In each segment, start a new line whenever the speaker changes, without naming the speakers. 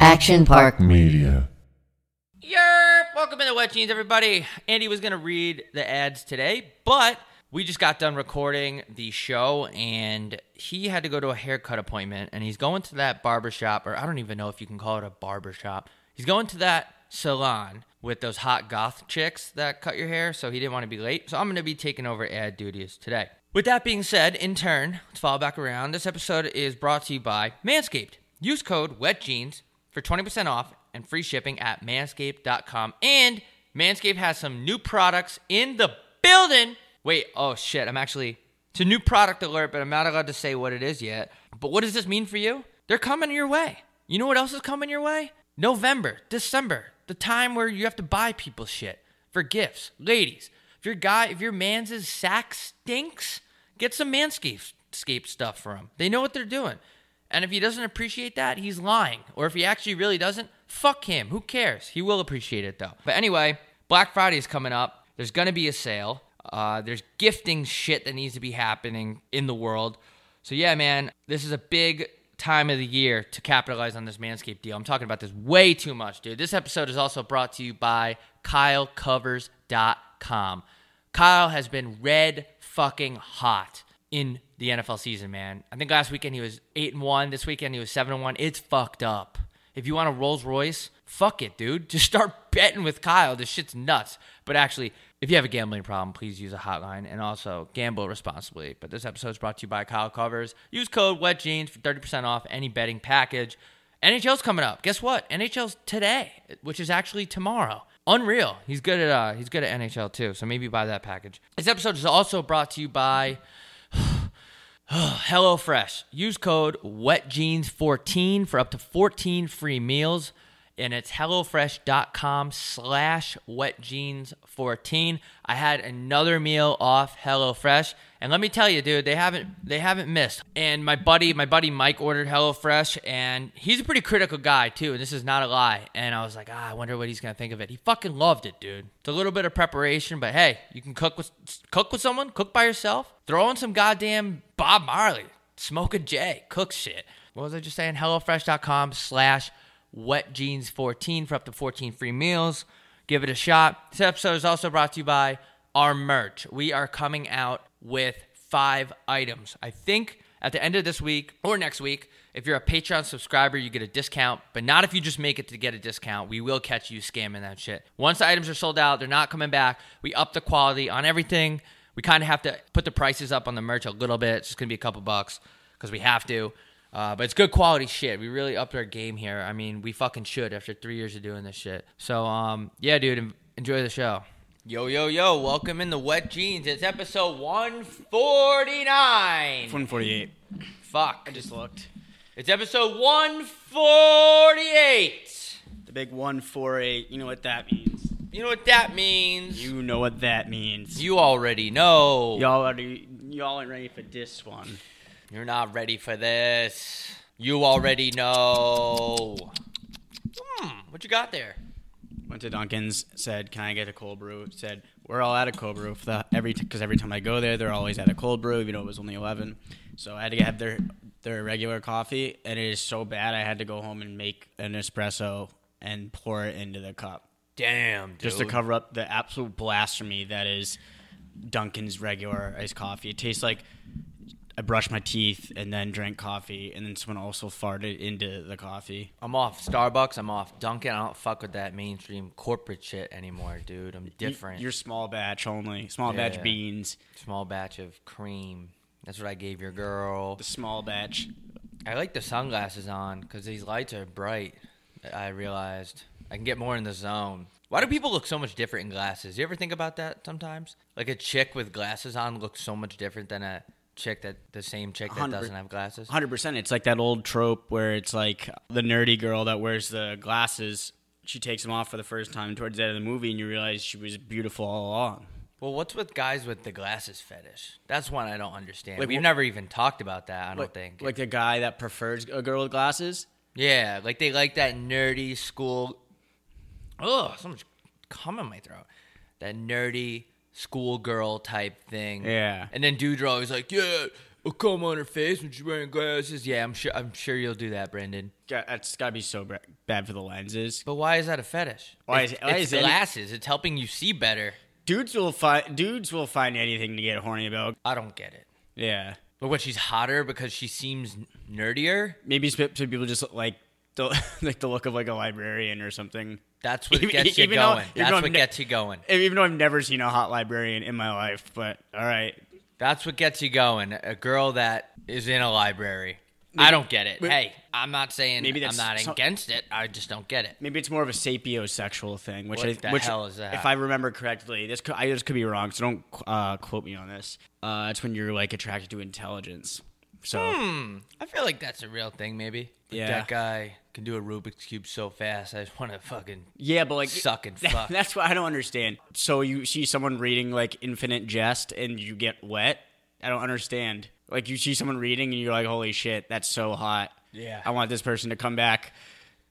Action Park
Media.
Yerp! Welcome into Wet Jeans, everybody. Andy was going to read the ads today, but we just got done recording the show and he had to go to a haircut appointment and he's going to that barbershop, or I don't even know if you can call it a barbershop. He's going to that salon with those hot goth chicks that cut your hair, so he didn't want to be late. So I'm going to be taking over ad duties today. With that being said, in turn, let's follow back around. This episode is brought to you by Manscaped. Use code WETJEANS for 20% off and free shipping at manscaped.com. And Manscaped has some new products in the building. Wait, oh shit, I'm actually. It's a new product alert, but I'm not allowed to say what it is yet. But what does this mean for you? They're coming your way. You know what else is coming your way? November, December, the time where you have to buy people shit for gifts. Ladies, if your guy, if your man's sack stinks, get some Manscaped scape stuff for him. They know what they're doing. And if he doesn't appreciate that, he's lying. Or if he actually really doesn't, fuck him. Who cares? He will appreciate it though. But anyway, Black Friday is coming up. There's going to be a sale. Uh, there's gifting shit that needs to be happening in the world. So yeah, man, this is a big time of the year to capitalize on this Manscaped deal. I'm talking about this way too much, dude. This episode is also brought to you by KyleCovers.com. Kyle has been red fucking hot in the NFL season, man. I think last weekend he was eight and one. This weekend he was seven and one. It's fucked up. If you want a Rolls Royce, fuck it, dude. Just start betting with Kyle. This shit's nuts. But actually, if you have a gambling problem, please use a hotline and also gamble responsibly. But this episode is brought to you by Kyle Covers. Use code WetJeans for 30% off any betting package. NHL's coming up. Guess what? NHL's today, which is actually tomorrow. Unreal. He's good at uh, he's good at NHL too. So maybe buy that package. This episode is also brought to you by HelloFresh. Use code WetJeans14 for up to 14 free meals. And it's HelloFresh.com slash WetJeans14. I had another meal off HelloFresh. And let me tell you, dude, they haven't they haven't missed. And my buddy, my buddy Mike ordered HelloFresh, and he's a pretty critical guy too. And this is not a lie. And I was like, ah, I wonder what he's gonna think of it. He fucking loved it, dude. It's a little bit of preparation, but hey, you can cook with cook with someone, cook by yourself, throw in some goddamn Bob Marley, smoke a J, cook shit. What was I just saying? HelloFresh.com slash wetjeans14 for up to 14 free meals. Give it a shot. This episode is also brought to you by our merch. We are coming out with five items. I think at the end of this week or next week, if you're a Patreon subscriber, you get a discount, but not if you just make it to get a discount. We will catch you scamming that shit. Once the items are sold out, they're not coming back. We up the quality on everything. We kind of have to put the prices up on the merch a little bit. It's just going to be a couple bucks because we have to. Uh, but it's good quality shit. We really upped our game here. I mean, we fucking should after three years of doing this shit. So, um, yeah, dude, en- enjoy the show. Yo, yo, yo, welcome in the Wet Jeans. It's episode 149.
148.
Fuck.
I just looked.
It's episode 148.
The big 148. You know what that means.
You know what that means.
You know what that means.
You already know.
Y'all already, y'all ain't ready for this one.
You're not ready for this. You already know. Hmm, what you got there?
Went to Dunkin's, said, "Can I get a cold brew?" Said, "We're all out of cold brew for the, every because every time I go there, they're always out of cold brew. Even though it was only eleven, so I had to have their their regular coffee, and it is so bad I had to go home and make an espresso and pour it into the cup
Damn, dude.
just to cover up the absolute blasphemy that is Dunkin's regular iced coffee. It tastes like I brushed my teeth and then drank coffee, and then someone also farted into the coffee.
I'm off Starbucks. I'm off Dunkin'. I don't fuck with that mainstream corporate shit anymore, dude. I'm
You-
different.
You're small batch only. Small
Yeah.
batch beans.
small batch of cream. That's what I gave your girl.
The small batch.
I like the sunglasses on because these lights are bright. I realized I can get more in the zone. Why do people look so much different in glasses? You ever think about that sometimes? Like a chick with glasses on looks so much different than a chick that the same chick that
100
doesn't have glasses.
Hundred percent. It's like that old trope where it's like the nerdy girl that wears the glasses. She takes them off for the first time towards the end of the movie, and you realize she was beautiful all along.
Well, what's with guys with the glasses fetish? That's one I don't understand.
Like,
We've
wh-
never even talked about that. I don't
Like,
think.
like the guy that prefers a girl with glasses.
Yeah, like they like that nerdy school. Oh, so much cum in my throat. That nerdy schoolgirl type thing.
Yeah.
And then dudes are always like, yeah, a comb on her face when she's wearing glasses. Yeah, I'm sure. I'm sure you'll do that, Brandon.
God, that's gotta be so bra- bad for the lenses.
But why is that a fetish?
Why
It's-
is- why
it's
is any-
glasses? It's helping you see better.
Dudes will find dudes will find anything to get horny about.
I don't get it.
Yeah,
But what? She's hotter because she seems nerdier.
maybe some some people just like the like the look of like a librarian or something.
That's what
Even-
gets you
even though-
going.
even
That's
though
what
I'm ne-
gets you going.
Even though I've never seen a hot librarian in my life, but all right,
That's what gets you going. A girl that is in a library. I don't get it.
but-
hey, I'm not saying
Maybe
I'm
that's
not
so-
against it. I just don't get it.
maybe it's more of a sapiosexual thing, which
What
I,
the
which,
hell is that?
If I remember correctly, this could, I this could be wrong, so don't uh, quote me on this. Uh, it's when you're like attracted to intelligence. So
Hmm. I feel like that's a real thing. Maybe. Like,
Yeah.
That guy can do a Rubik's cube so fast. I just want to fucking
yeah, but like
suck and fuck.
That's what I don't understand. So you see someone reading like Infinite Jest and you get wet. I don't understand. Like you see someone reading and you're like, holy shit, that's so hot.
Yeah.
I want this person to come back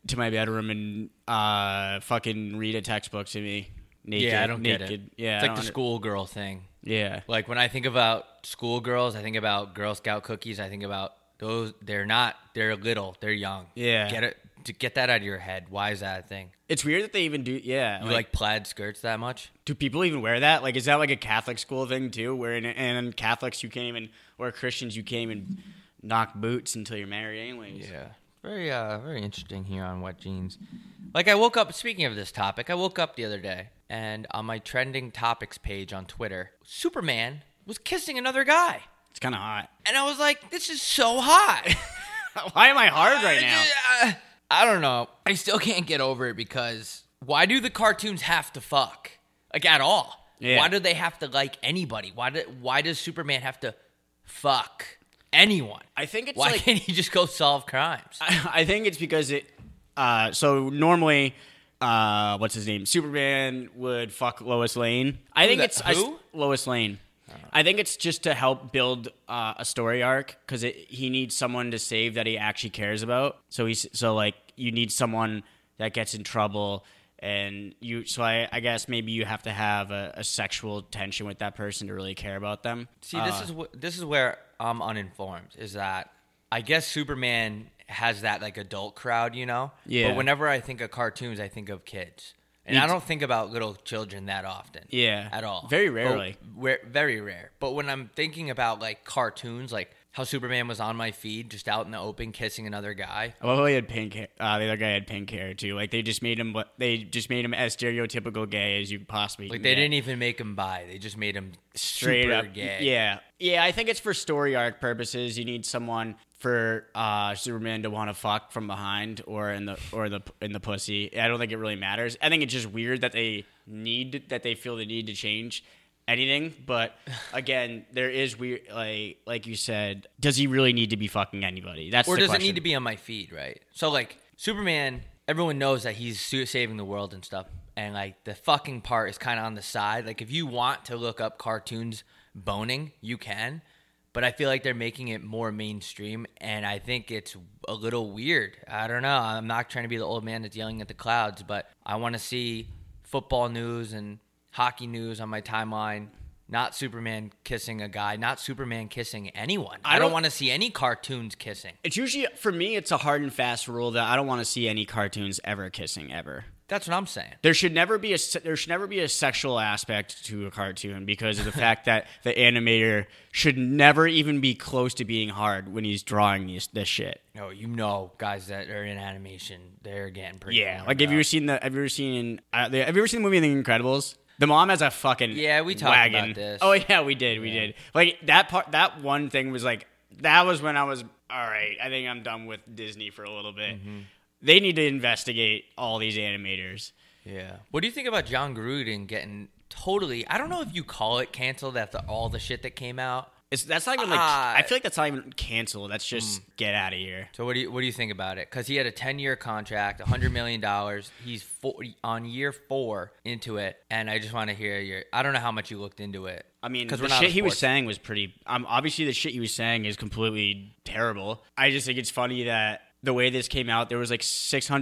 to my bedroom and uh, fucking read a textbook to me. Naked,
yeah, I don't
naked.
get it.
Yeah,
It's like the
I don't e- under-
schoolgirl thing.
Yeah,
Like when I think about schoolgirls, I think about Girl Scout cookies. I think about those. They're not. They're little. They're young.
Yeah.
Get it. To get that out of your head. Why is that a thing?
It's weird that they even do. Yeah,
You
like,
like plaid skirts that much?
do people even wear that? Like, is that like a Catholic school thing too? Where in, and in Catholics you can't even, or Christians you can't even knock boots until you're married, anyways.
Yeah. Very uh very interesting here on wet jeans. Like I woke up speaking of this topic, I woke up the other day and on my trending topics page on Twitter, Superman was kissing another guy.
It's kind of hot.
And I was like, this is so hot. Uh,
Why am I hard right now?
I, don't know. I still can't get over it because why do the cartoons have to fuck? Like at all?
Yeah.
Why do they have to like anybody? Why do, why does Superman have to fuck anyone?
I think it's
why
like
can't he just go solve crimes?
I think it's because it. Uh, so normally, uh, what's his name? Superman would fuck Lois Lane. I think
the-
it's I-
who? Oh.
Lois Lane. I think it's just to help build uh, a story arc because he needs someone to save that he actually cares about. So he's so like you need someone that gets in trouble, and you. So I, I guess maybe you have to have a, a sexual tension with that person to really care about them.
See, this
Uh.
is wh- this is where I'm uninformed. Is that I guess Superman has that like adult crowd, you know?
Yeah.
But whenever I think of cartoons, I think of kids, and I don't think about little children that often.
Yeah.
At all.
Very
But
rarely.
where- very rare. But when I'm thinking about like cartoons, like how Superman was on my feed, just out in the open kissing another guy.
I love how he had pink hair. Uh, the other guy had pink hair too. Like they just made him. what- They just made him as stereotypical gay as you possibly.
Like they didn't even make him bi; they just made him
straight
super
up
gay.
Yeah, yeah. I think it's for story arc purposes. You need someone for uh, Superman to want to fuck from behind or in the or the in the pussy. I don't think it really matters. I think it's just weird that they need that they feel the need to change anything. But again, there is weird. Like like you said, does he really need to be fucking anybody? That's
or
the
does
question.
it need to be on my feed right so like superman everyone knows that he's su- saving the world and stuff and like the fucking part is kind of on the side like if you want to look up cartoons boning you can but i feel like they're making it more mainstream and i think it's a little weird i don't know i'm not trying to be the old man that's yelling at the clouds but i want to see football news and hockey news on my timeline not superman kissing a guy not superman kissing anyone i, don't
don't-
want to see any cartoons kissing
It's usually for me. It's a hard and fast rule that I don't want to see any cartoons ever kissing ever.
That's what I'm saying.
There should never be a se- there should never be a sexual aspect to a cartoon because of the fact that the animator should never even be close to being hard when he's drawing these this shit.
No, you know, guys that are in animation, they're getting pretty.
Yeah,
worn
like have you
out.
ever seen the have you ever seen uh, the, have you ever seen the movie The Incredibles? The mom has a fucking
Yeah, we talked
wagon.
about this.
Oh yeah, we did, we did. Like that part, that one thing was like that was when I was all right. I think I'm done with Disney for a little bit.
Mm-hmm.
They need to investigate all these animators.
Yeah. What do you think about John Gruden getting totally? I don't know if you call it canceled after all the shit that came out.
It's that's not even like
Ah.
I feel like that's not even canceled. That's just
mm.
get out of here.
So what do you what do you think about it? Because he had a ten year contract, hundred million dollars. He's forty on year four into it, and I just want to hear your. I don't know how much you looked into it.
I mean,
'Cause
the
we're not a
shit he was
sports-
saying was pretty. Um, obviously, the shit he was saying is completely terrible. I just think it's funny that the way this came out, there was like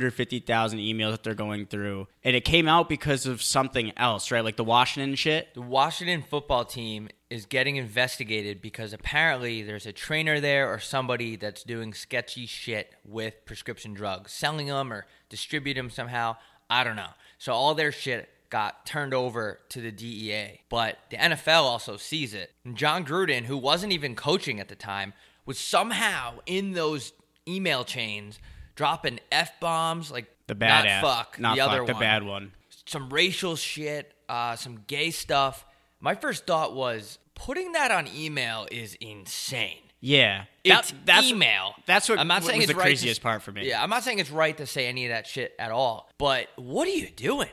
650,000 emails that they're going through. And it came out because of something else, right? Like the Washington shit.
The Washington football team is getting investigated because apparently there's a trainer there or somebody that's doing sketchy shit with prescription drugs, selling them or distribute them somehow. I don't know. So all their shit got turned over to the DEA, but the NFL also sees it. And John Gruden, who wasn't even coaching at the time, was somehow in those email chains dropping f bombs like
The bad
not
F.
fuck
Not
the
fuck,
other
the
one
bad one.
some racial shit, uh, some gay stuff. My first thought was putting that on email is insane.
Yeah.
It's email.
That's what
I'm not saying
was
it's
the
right to-
craziest part for me.
Yeah, I'm not saying it's right to say any of that shit at all. But what are you doing?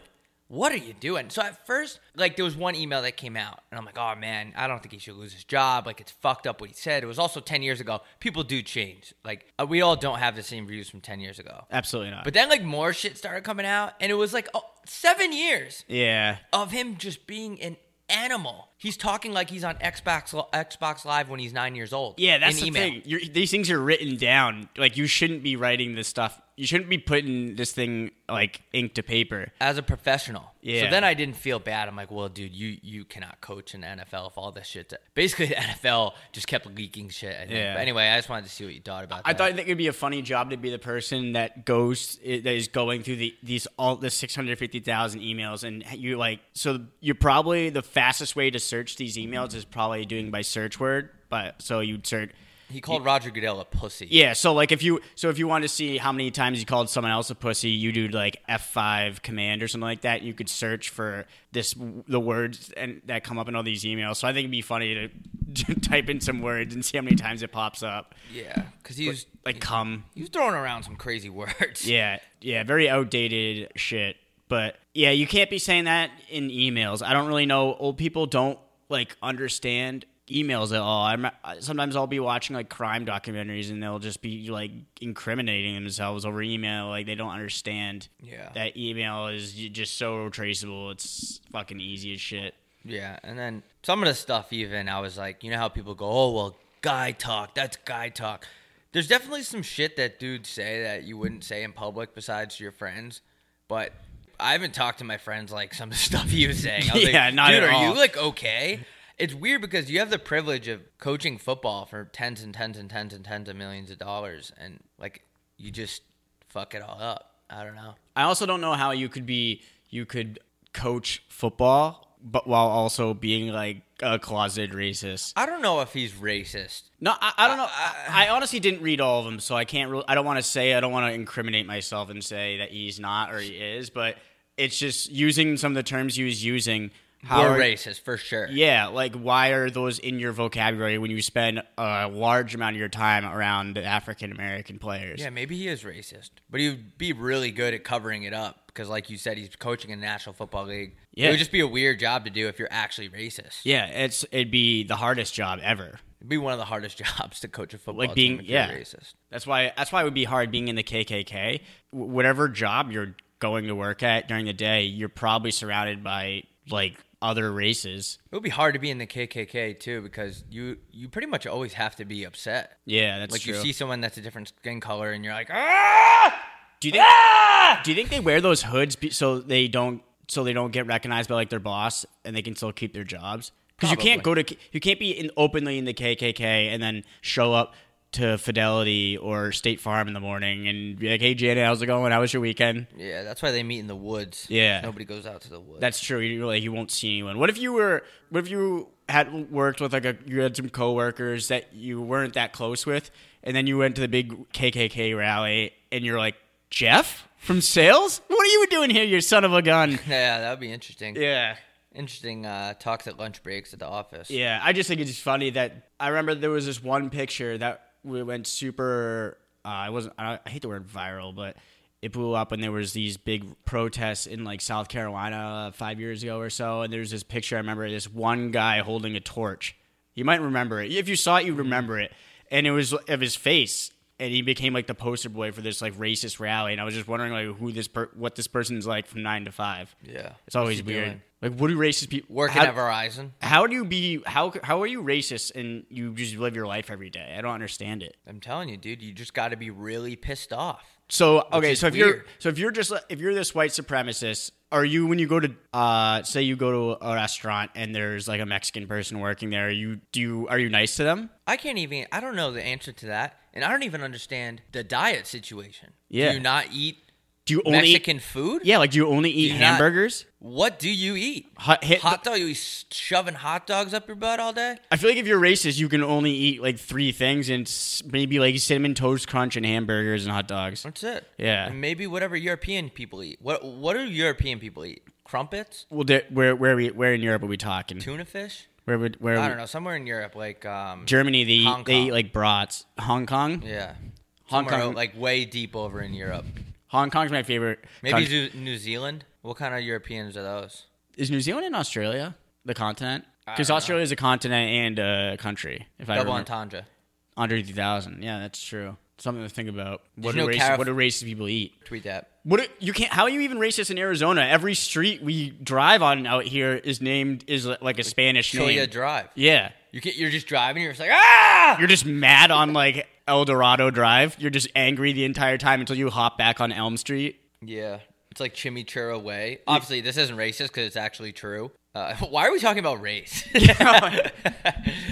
What are you doing? So at first, like there was one email that came out, and I'm like, oh man, I don't think he should lose his job. Like it's fucked up what he said. It was also 10 years ago. People do change. Like uh, we all don't have the same views from 10 years ago.
Absolutely not.
But then like more shit started coming out, and it was like oh, seven years
yeah.
of him just being an animal. He's talking like he's on Xbox Xbox Live when he's nine years old.
Yeah, that's
in
the
email.
thing. You're, these things are written down. Like you shouldn't be writing this stuff. You shouldn't be putting this thing like ink to paper.
As a professional, So
Yeah.
then I didn't feel bad. I'm like, well, dude, you you cannot coach in the NFL if all this shit. Basically, the NFL just kept leaking shit. I think.
Yeah.
But anyway, I just wanted to see what you thought about.
I
that.
thought I think it'd be a funny job to be the person that goes that is going through the these all the six hundred fifty thousand emails, and you like so you're probably the fastest way to search these emails is probably doing by search word, but so you'd search.
he called Roger Goodell a pussy.
Yeah, so like if you so if you wanted to see how many times you called someone else a pussy, you do like F five command or something like that. You could search for this the words and that come up in all these emails. So I think it'd be funny to, type in some words and see how many times it pops up.
yeah, because he was
Like come.
he was throwing around some crazy words.
Yeah, yeah, very outdated shit. But yeah, you can't be saying that in emails. I don't really know. Old people don't like understand emails at all. I'm sometimes I'll be watching like crime documentaries and they'll just be like incriminating themselves over email. Like they don't understand
Yeah.
that email is just so traceable. It's fucking easy as shit.
Yeah, and then some of the stuff even I was like, you know how people go, "Oh, well, guy talk, that's guy talk." There's definitely some shit that dudes say that you wouldn't say in public besides to your friends, but I haven't talked to my friends like some of the stuff he was saying. I was
Yeah,
like,
not
dude,
at
are
all."
you like okay? It's weird because you have the privilege of coaching football for tens and tens and tens and tens of millions of dollars, and like you just fuck it all up. I don't know.
I also don't know how you could be you could coach football but while also being like a closet racist.
I don't know if he's racist.
No, I, I don't know. I, I honestly didn't read all of them, so I can't. Really, I don't want to say. I don't want to incriminate myself and say that he's not or he is. But it's just using some of the terms he was using. How
We're
are-
racist for sure.
Yeah, like why are those in your vocabulary when you spend a large amount of your time around the African American players?
Yeah, maybe he is racist, but he'd be really good at covering it up because, like you said, he's coaching in the National Football League. it
Yeah.
would just be a weird job to do if you're actually racist.
yeah, it's it'd be the hardest job ever.
It'd be one of the hardest jobs to coach a football
Like being-
team if
yeah.
you're racist.
That's why that's why it would be hard being in the KKK. W- whatever job you're going to work at during the day, you're probably surrounded by like other races.
It would be hard to be in the KKK too because you you pretty much always have to be upset.
Yeah, that's
Like
true.
you see someone that's a different skin color and you're like, ah!
do you think do you think they wear those hoods be, so they don't so they don't get recognized by like their boss and they can still keep their jobs? Because you can't go to K- you can't be in, openly in the KKK and then show up to Fidelity or State Farm in the morning and be like, "Hey Janet, how's it going? How was your weekend?"
Yeah, that's why they meet in the woods.
Yeah.
nobody goes out to the woods.
That's true. You like you won't see anyone. What if you were? What if you had worked with like a you had some coworkers that you weren't that close with, and then you went to the big KKK rally, and you're like Jeff from sales. What are you doing here, you son of a gun?
yeah, that would be interesting.
Yeah.
Interesting uh, talks at lunch breaks at the office.
Yeah, I just think it's funny that I remember there was this one picture that we went super. Uh, I wasn't. I I hate the word viral, but it blew up when there was these big protests in like South Carolina five years ago or so. And there's this picture I remember. This one guy
Mm-hmm.
holding a torch. You might remember it. If you saw it, you remember it. And it was of his face. and he became like the poster boy for this like racist rally. And I was just wondering like who this per- what this person's like from nine to five.
Yeah.
It's always
he
weird.
doing?
Like, what do racist people
Working
how,
at Verizon.
How do you be how how are you racist and you just live your life every day? I don't understand it.
I'm telling you, dude, you just got to be really pissed off.
So okay,
is
so if you're
weird.
so if you're just if you're this white supremacist, are you when you go to uh say you go to a restaurant and there's like a Mexican person working there, are you do you are you nice to them?
I can't even. I don't know the answer to that, and I don't even understand the diet situation.
Yeah.
Do you not eat
Do you only
Mexican food?
Yeah, like do you only eat
you not-
hamburgers?
What do you eat?
Hot- hit
hot dog. You s- shoving hot dogs up your butt all day?
I feel like if you're racist, you can only eat like three things and it's maybe like cinnamon toast crunch and hamburgers and hot dogs.
That's it.
Yeah.
And maybe whatever European people eat. What What do European people eat? Crumpets,
Well, there- where where we where in Europe are we talking?
tuna fish.
Where would where
I
would-
don't know. Somewhere in Europe, like um,
Germany they
Hong
eat, they
Kong.
eat like brats. Hong Kong,
yeah,
Hong
Somewhere,
Kong.
like way deep over in Europe.
Hong Kong's my favorite.
Maybe
country.
New, New Zealand. What kind of Europeans are those?
is New Zealand in Australia the continent? Because
don't know.
Australia is a continent and a country. If I
Double
remember.
entendre.
Andre 3000. Yeah, that's true. Something to think about. What do,
you know
racist,
Carif-
what do racist people eat?
Tweet that.
What do- you can't? How are you even racist in Arizona? Every street we drive on out here is named is like a Spanish
Cholla
name.
Drive.
yeah,
You can, you're just driving. You're just like ah.
you're just mad on like El Dorado Drive. You're just angry the entire time until you hop back on Elm Street.
Yeah, it's like Chimichurro Way. Obviously, this isn't racist because it's actually true. Uh, why are we talking about race?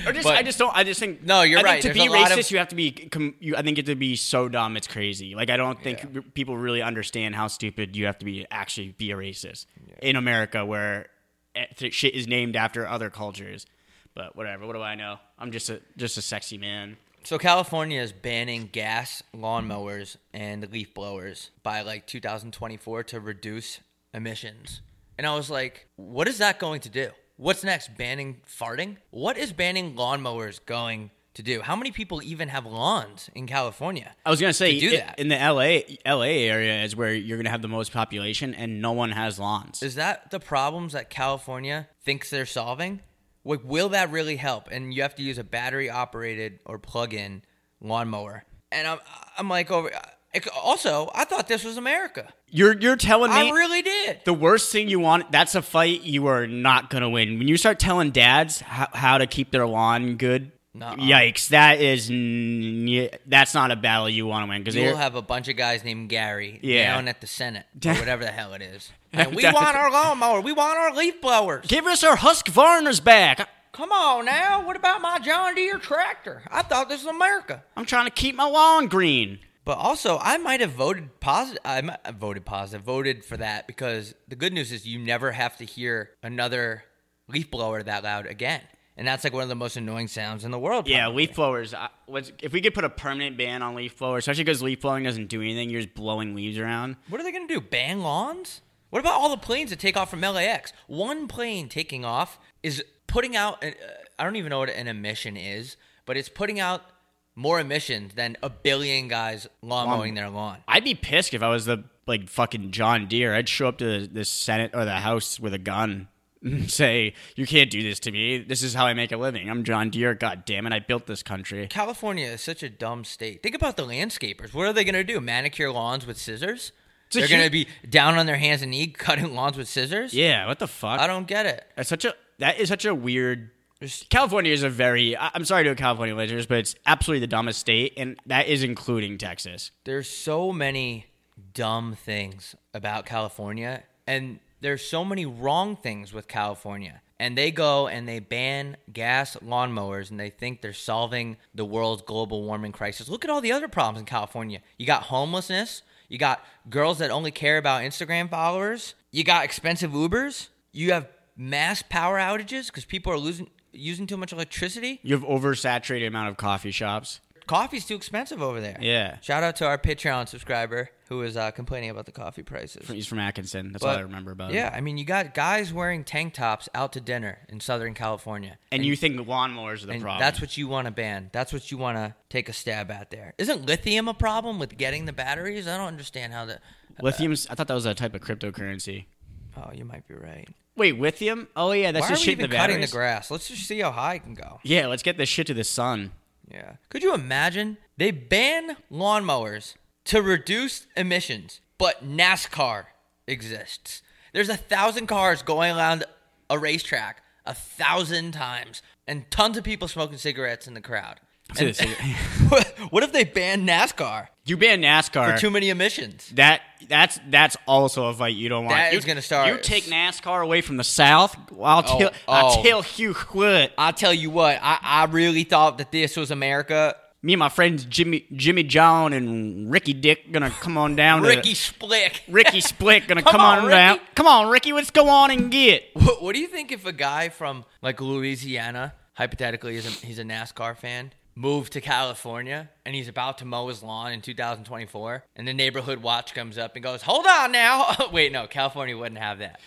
Or just,
But-
I just don't. I just think
No, you're
I think
right.
To
There's
be
a lot
racist,
of-
you have to be. Com- you, I think you have to be so dumb it's crazy. Like I don't think r- people really understand how stupid you have to be to actually be a racist in America, where eh, th- shit is named after other cultures. But whatever. What do I know? I'm just a just a sexy man.
so California is banning gas lawnmowers and leaf blowers by like 2024 to reduce emissions. And I was like, what is that going to do? What's next? Banning farting? What is banning lawnmowers going to do? How many people even have lawns in California?
I was gonna say
To do
i-
that.
in the LA LA area is where you're gonna have the most population, and no one has lawns.
Is that the problems that California thinks they're solving? Like, will that really help? And you have to use a battery operated or plug in lawnmower. And I'm, I'm like, over. it- Also, I thought this was America.
You're you're telling me
I really did.
the worst thing you want that's a fight you are not going to win when you start telling dads how, how to keep their lawn good
Nuh-uh.
yikes that is n- y- that's not a battle you want to win because
You'll have a bunch of guys named Gary
Yeah.
down at the Senate or whatever the hell it is. And we
Down at
want
the-
our lawnmower. We want our leaf blowers.
give us our husk varners back
Come on now. What about my John Deere tractor? I thought this was America.
i'm trying to keep my lawn green
But also, I might have voted positive. I might have voted positive, voted for that because the good news is you never have to hear another leaf blower that loud again. And that's like one of the most annoying sounds in the world.
yeah
probably.
leaf blowers I, what's, if we could put a permanent ban on leaf blowers especially because leaf blowing doesn't do anything you're just blowing leaves around
What are they going to do? Ban lawns? What about all the planes that take off from LAX? One plane taking off is putting out, an, uh, I don't even know what an emission is, but it's putting out more emissions than a billion guys lawn mowing their lawn.
I'd be pissed if I was the like fucking John Deere. I'd show up to the, the Senate or the House with a gun and say, "You can't do this to me. This is how I make a living. I'm John Deere. God damn it, I built this country."
California is such a dumb state. Think about the landscapers. What are they going to do? Manicure lawns with scissors?
a
They're going to
hu-
be down on their hands and knees cutting lawns with scissors?
Yeah, what the fuck?
I don't get it.
That's such a that is such a weird. California is a very. I- I'm sorry to California listeners, but it's absolutely the dumbest state, and that is including Texas.
There's so many dumb things about California, and there's so many wrong things with California. And they go and they ban gas lawnmowers, and they think they're solving the world's global warming crisis. Look at all the other problems in California. You got homelessness. You got girls that only care about Instagram followers. You got expensive Ubers. You have mass power outages because people are losing using too much electricity.
You have oversaturated amount of coffee shops.
Coffee's too expensive over there.
Yeah.
Shout out to our Patreon subscriber who was uh, complaining about the coffee prices.
He's from Atkinson. That's all
But-
I remember about him.
Yeah, I mean, you got guys wearing tank tops out to dinner in Southern California.
And you think lawnmowers are the
And
problem?
that's what you want to ban. That's what you want to take a stab at there. Isn't lithium a problem with getting the batteries? I don't understand how the.
Lithium's. I thought that was a type of cryptocurrency.
Oh, you might be right.
Wait, lithium? Oh yeah, that's
Why are
just
we
shit in
even
the
cutting the
batteries.
grass? Let's just see how high it can go.
yeah, let's get this shit to the sun.
Yeah. Could you imagine? They ban lawnmowers to reduce emissions, but NASCAR exists. There's a thousand cars going around a racetrack a thousand times, and tons of people smoking cigarettes in the crowd.
See the
And-
cigarette-
what if they ban NASCAR
You ban NASCAR.
for too many emissions?
that that's that's also a fight you don't want.
That
you,
is gonna start-
You take NASCAR away from the South. I'll
Oh,
tell I'll
oh.
tell you what.
I tell you what, I, I really thought that this was America.
Me and my friends Jimmy Jimmy John and Ricky Dick gonna come on down. to the-
Ricky Splick.
Ricky Split gonna
Come
come,
on,
on,
Ricky.
down. Come on, Ricky, let's go on and get.
What, what do you think if a guy from like Louisiana, hypothetically, is a, he's a NASCAR fan, moved to California and he's about to mow his lawn in 2024, and the neighborhood watch comes up and goes, "Hold on now, wait, no, California wouldn't have that.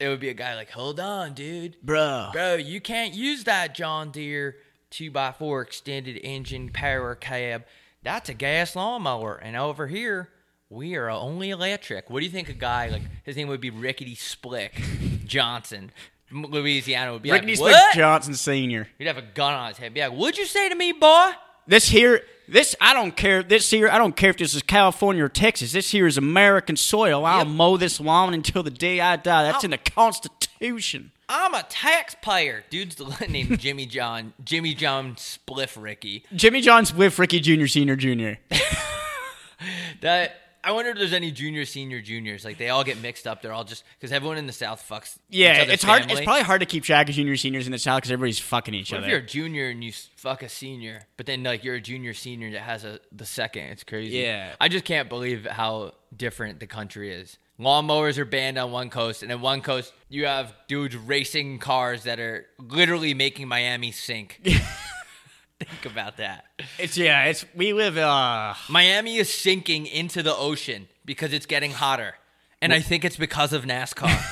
It would be a guy like, "Hold on, dude,
Bruh.
bro, you can't use that John Deere two x four extended engine power cab. That's a gas lawnmower, and over here." We are only electric. What do you think a guy like his name would be Rickety Splick Johnson, M- Louisiana would be
Ricky
like,
Split
what?
Johnson Senior.
He'd have a gun on his head. Be like, "What'd you say to me, boy?"
This here, this I don't care. This here, I don't care if this is California or Texas. This here is American soil. I'll
Yep. Oh.
mow this lawn until the day I die. That's in the Constitution.
I'm a taxpayer. Dude's named Jimmy John. Jimmy John Spliff Ricky.
Jimmy John's with Ricky Junior, Senior, Junior.
That I wonder if there's any junior, senior, juniors. Like they all get mixed up. They're all just because everyone in the South fucks. each
Yeah,
other's
it's hard.
family.
It's probably hard to keep track of junior, seniors in the South because everybody's fucking each
What if you're a
other.
junior and you s- fuck a senior, but then like you're a junior senior that has a the second? It's crazy.
Yeah.
I just can't believe how different the country is. Lawnmowers are banned on one coast, and on one coast you have dudes racing cars that are literally making Miami sink. Think about that.
It's yeah. It's we live. uh
Miami is sinking into the ocean because it's getting hotter, and I think it's because of NASCAR.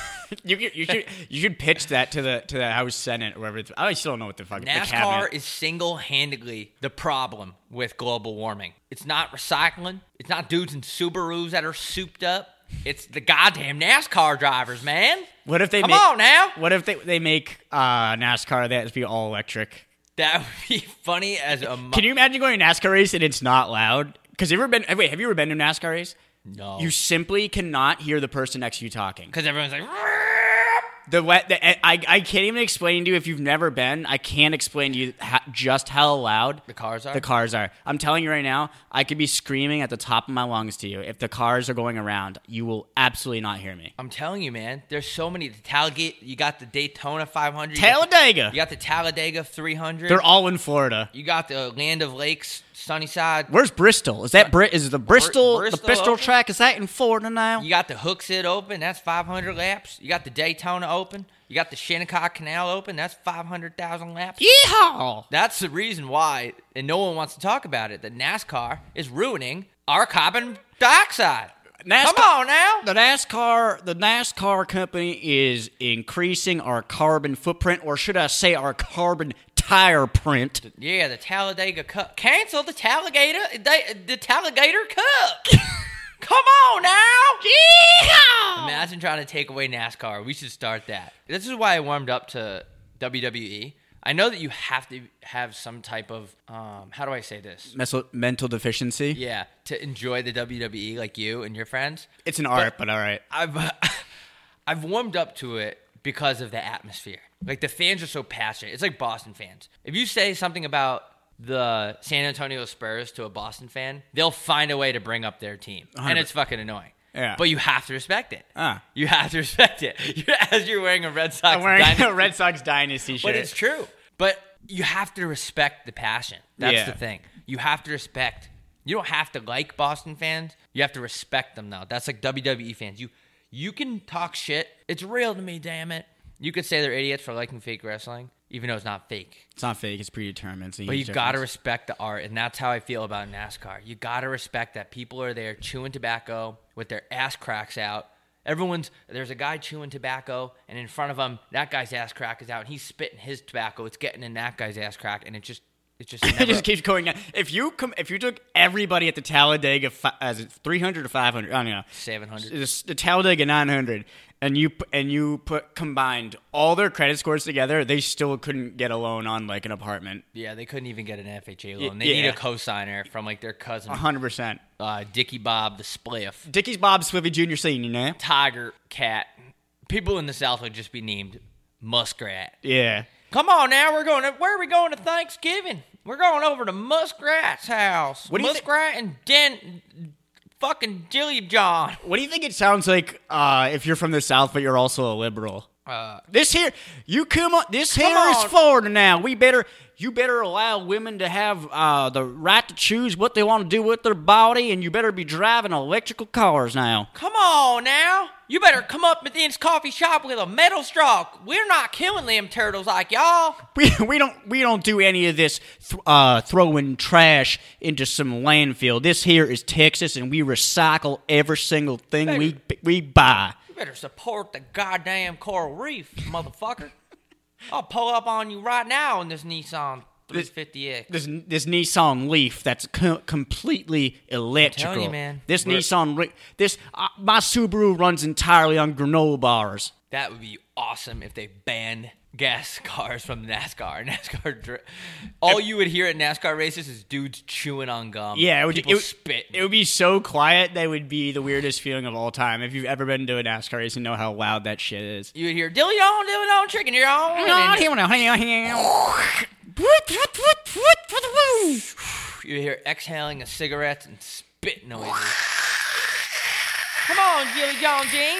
You, you, you should you should pitch that to the to the House Senate or whatever. it's- I still don't know what the fuck the
NASCAR
cabinet-
is single handedly the problem with global warming. It's not recycling, it's not dudes in Subarus that are souped up. It's the goddamn NASCAR drivers, man.
What if they
Come
make,
on now.
What if they they make uh, NASCAR that be all electric?
That would be funny as a mo-
Can you imagine going to a NASCAR race and it's not loud? Because you ever been? Wait, have you ever been to a NASCAR race?
no
You simply cannot hear the person next to you talking.
because everyone's like
The, wet, the I, I can't even explain to you if you've never been. I can't explain to you ho- just how loud
the cars are.
the cars are. I'm telling you right now, I could be screaming at the top of my lungs to you if the cars are going around. You will absolutely not hear me.
I'm telling you, man. There's so many. The Talgate, you got the Daytona 500. you got the-
Talladega.
You got the Talladega 300.
They're all in Florida.
you got the Land of Lakes, Sunnyside.
Where's Bristol? Is that Brit? Is the Bristol,
Bristol
the Bristol
Open?
track? Is that in Florida now?
You got the Hooks It Open, that's 500 laps. You got the Daytona Open. You got the Shinnecock Canal Open, that's 500,000 laps.
Yeehaw!
That's the reason why, and no one wants to talk about it, that NASCAR is ruining our carbon dioxide.
NASCAR-
Come on now.
The NASCAR, the NASCAR company is increasing our carbon footprint, or should I say, our carbon tire print.
Yeah, the Talladega Cup. Cancel the Talladega, the, the Talladega Cup. Come on now. Imagine trying to take away NASCAR. We should start that. This is why I warmed up to WWE. I know that you have to have some type of um, how do I say this?
Mental, mental deficiency.
Yeah, to enjoy the WWE like you and your friends.
It's an art, but all right.
I've I've warmed up to it because of the atmosphere. Like the fans are so passionate. It's like Boston fans. If you say something about the San Antonio Spurs to a Boston fan, they'll find a way to bring up their team, and it's fucking annoying.
Yeah.
But you have to respect it.
Ah.
You have to respect it. You're, as you're wearing a Red Sox
I'm wearing
dynasty
a Red Sox dynasty shirt.
but it's true. But you have to respect the passion. That's
Yeah.
the thing. You have to respect. You don't have to like Boston fans. You have to respect them though. That's like WWE fans. You you can talk shit. It's real to me, damn it. You could say they're idiots for liking fake wrestling, even though it's not fake.
It's not fake. It's predetermined. It's a
But you
huge
gotta
difference.
respect the art, and that's how I feel about NASCAR. You gotta respect that people are there chewing tobacco with their ass cracks out. Everyone's there's a guy chewing tobacco, and in front of him, that guy's ass crack is out, and he's spitting his tobacco. It's getting in that guy's ass crack, and it just it just never,
It just keeps going down. If you come, if you took everybody uh, at the Talladega fi- as 300 or 500, I don't know,
seven hundred.
the, the Talladega 900 and you p- and you put combined all their credit scores together, they still couldn't get a loan on like an apartment.
Yeah, they couldn't even get an FHA
Y-
loan. They need
yeah. Uh-huh.
a cosigner from like their cousin,
hundred percent.
uh, Dickie Bob the Spliff,
Dickie's Bob Swivy Jr. Senior, nah?
Tiger Cat. People in the South would just be named Muskrat.
yeah,
Come on now, we're going. To, where are we going to Thanksgiving? We're going over to Muskrat's house.
What do you thi-
Muskrat and Den, fucking Jilly John.
What do you think it sounds like uh, if you're from the South, but you're also a liberal?
Uh,
This here, you come on. This here is
on.
Florida now. We better, you better allow women to have uh, the right to choose what they want to do with their body, and you better be driving electrical cars now.
Come on now. You better come up to this coffee shop with a metal straw. We're not killing them turtles like y'all.
We, we don't we don't do any of this th- uh, throwing trash into some landfill. This here is Texas, and we recycle every single thing we we buy.
You better support the goddamn coral reef, motherfucker. I'll pull up on you right now in this Nissan 350X.
this this Nissan Leaf that's co- completely electrical.
telling you, man.
This
We're-
Nissan Re- this uh, my Subaru runs entirely on granola bars.
That would be awesome if they banned gas cars from NASCAR. NASCAR, dri- all you would hear at NASCAR races is dudes chewing on gum.
Yeah, it would
People
it would-
spit.
It would be so quiet that would be the weirdest feeling of all time. If you've ever been to a NASCAR race, you know how loud that shit is.
you would hear dilly on, dilly on, chicken here on. and then You would hear exhaling of cigarettes and spit noises. Come on, Jilly John Jean.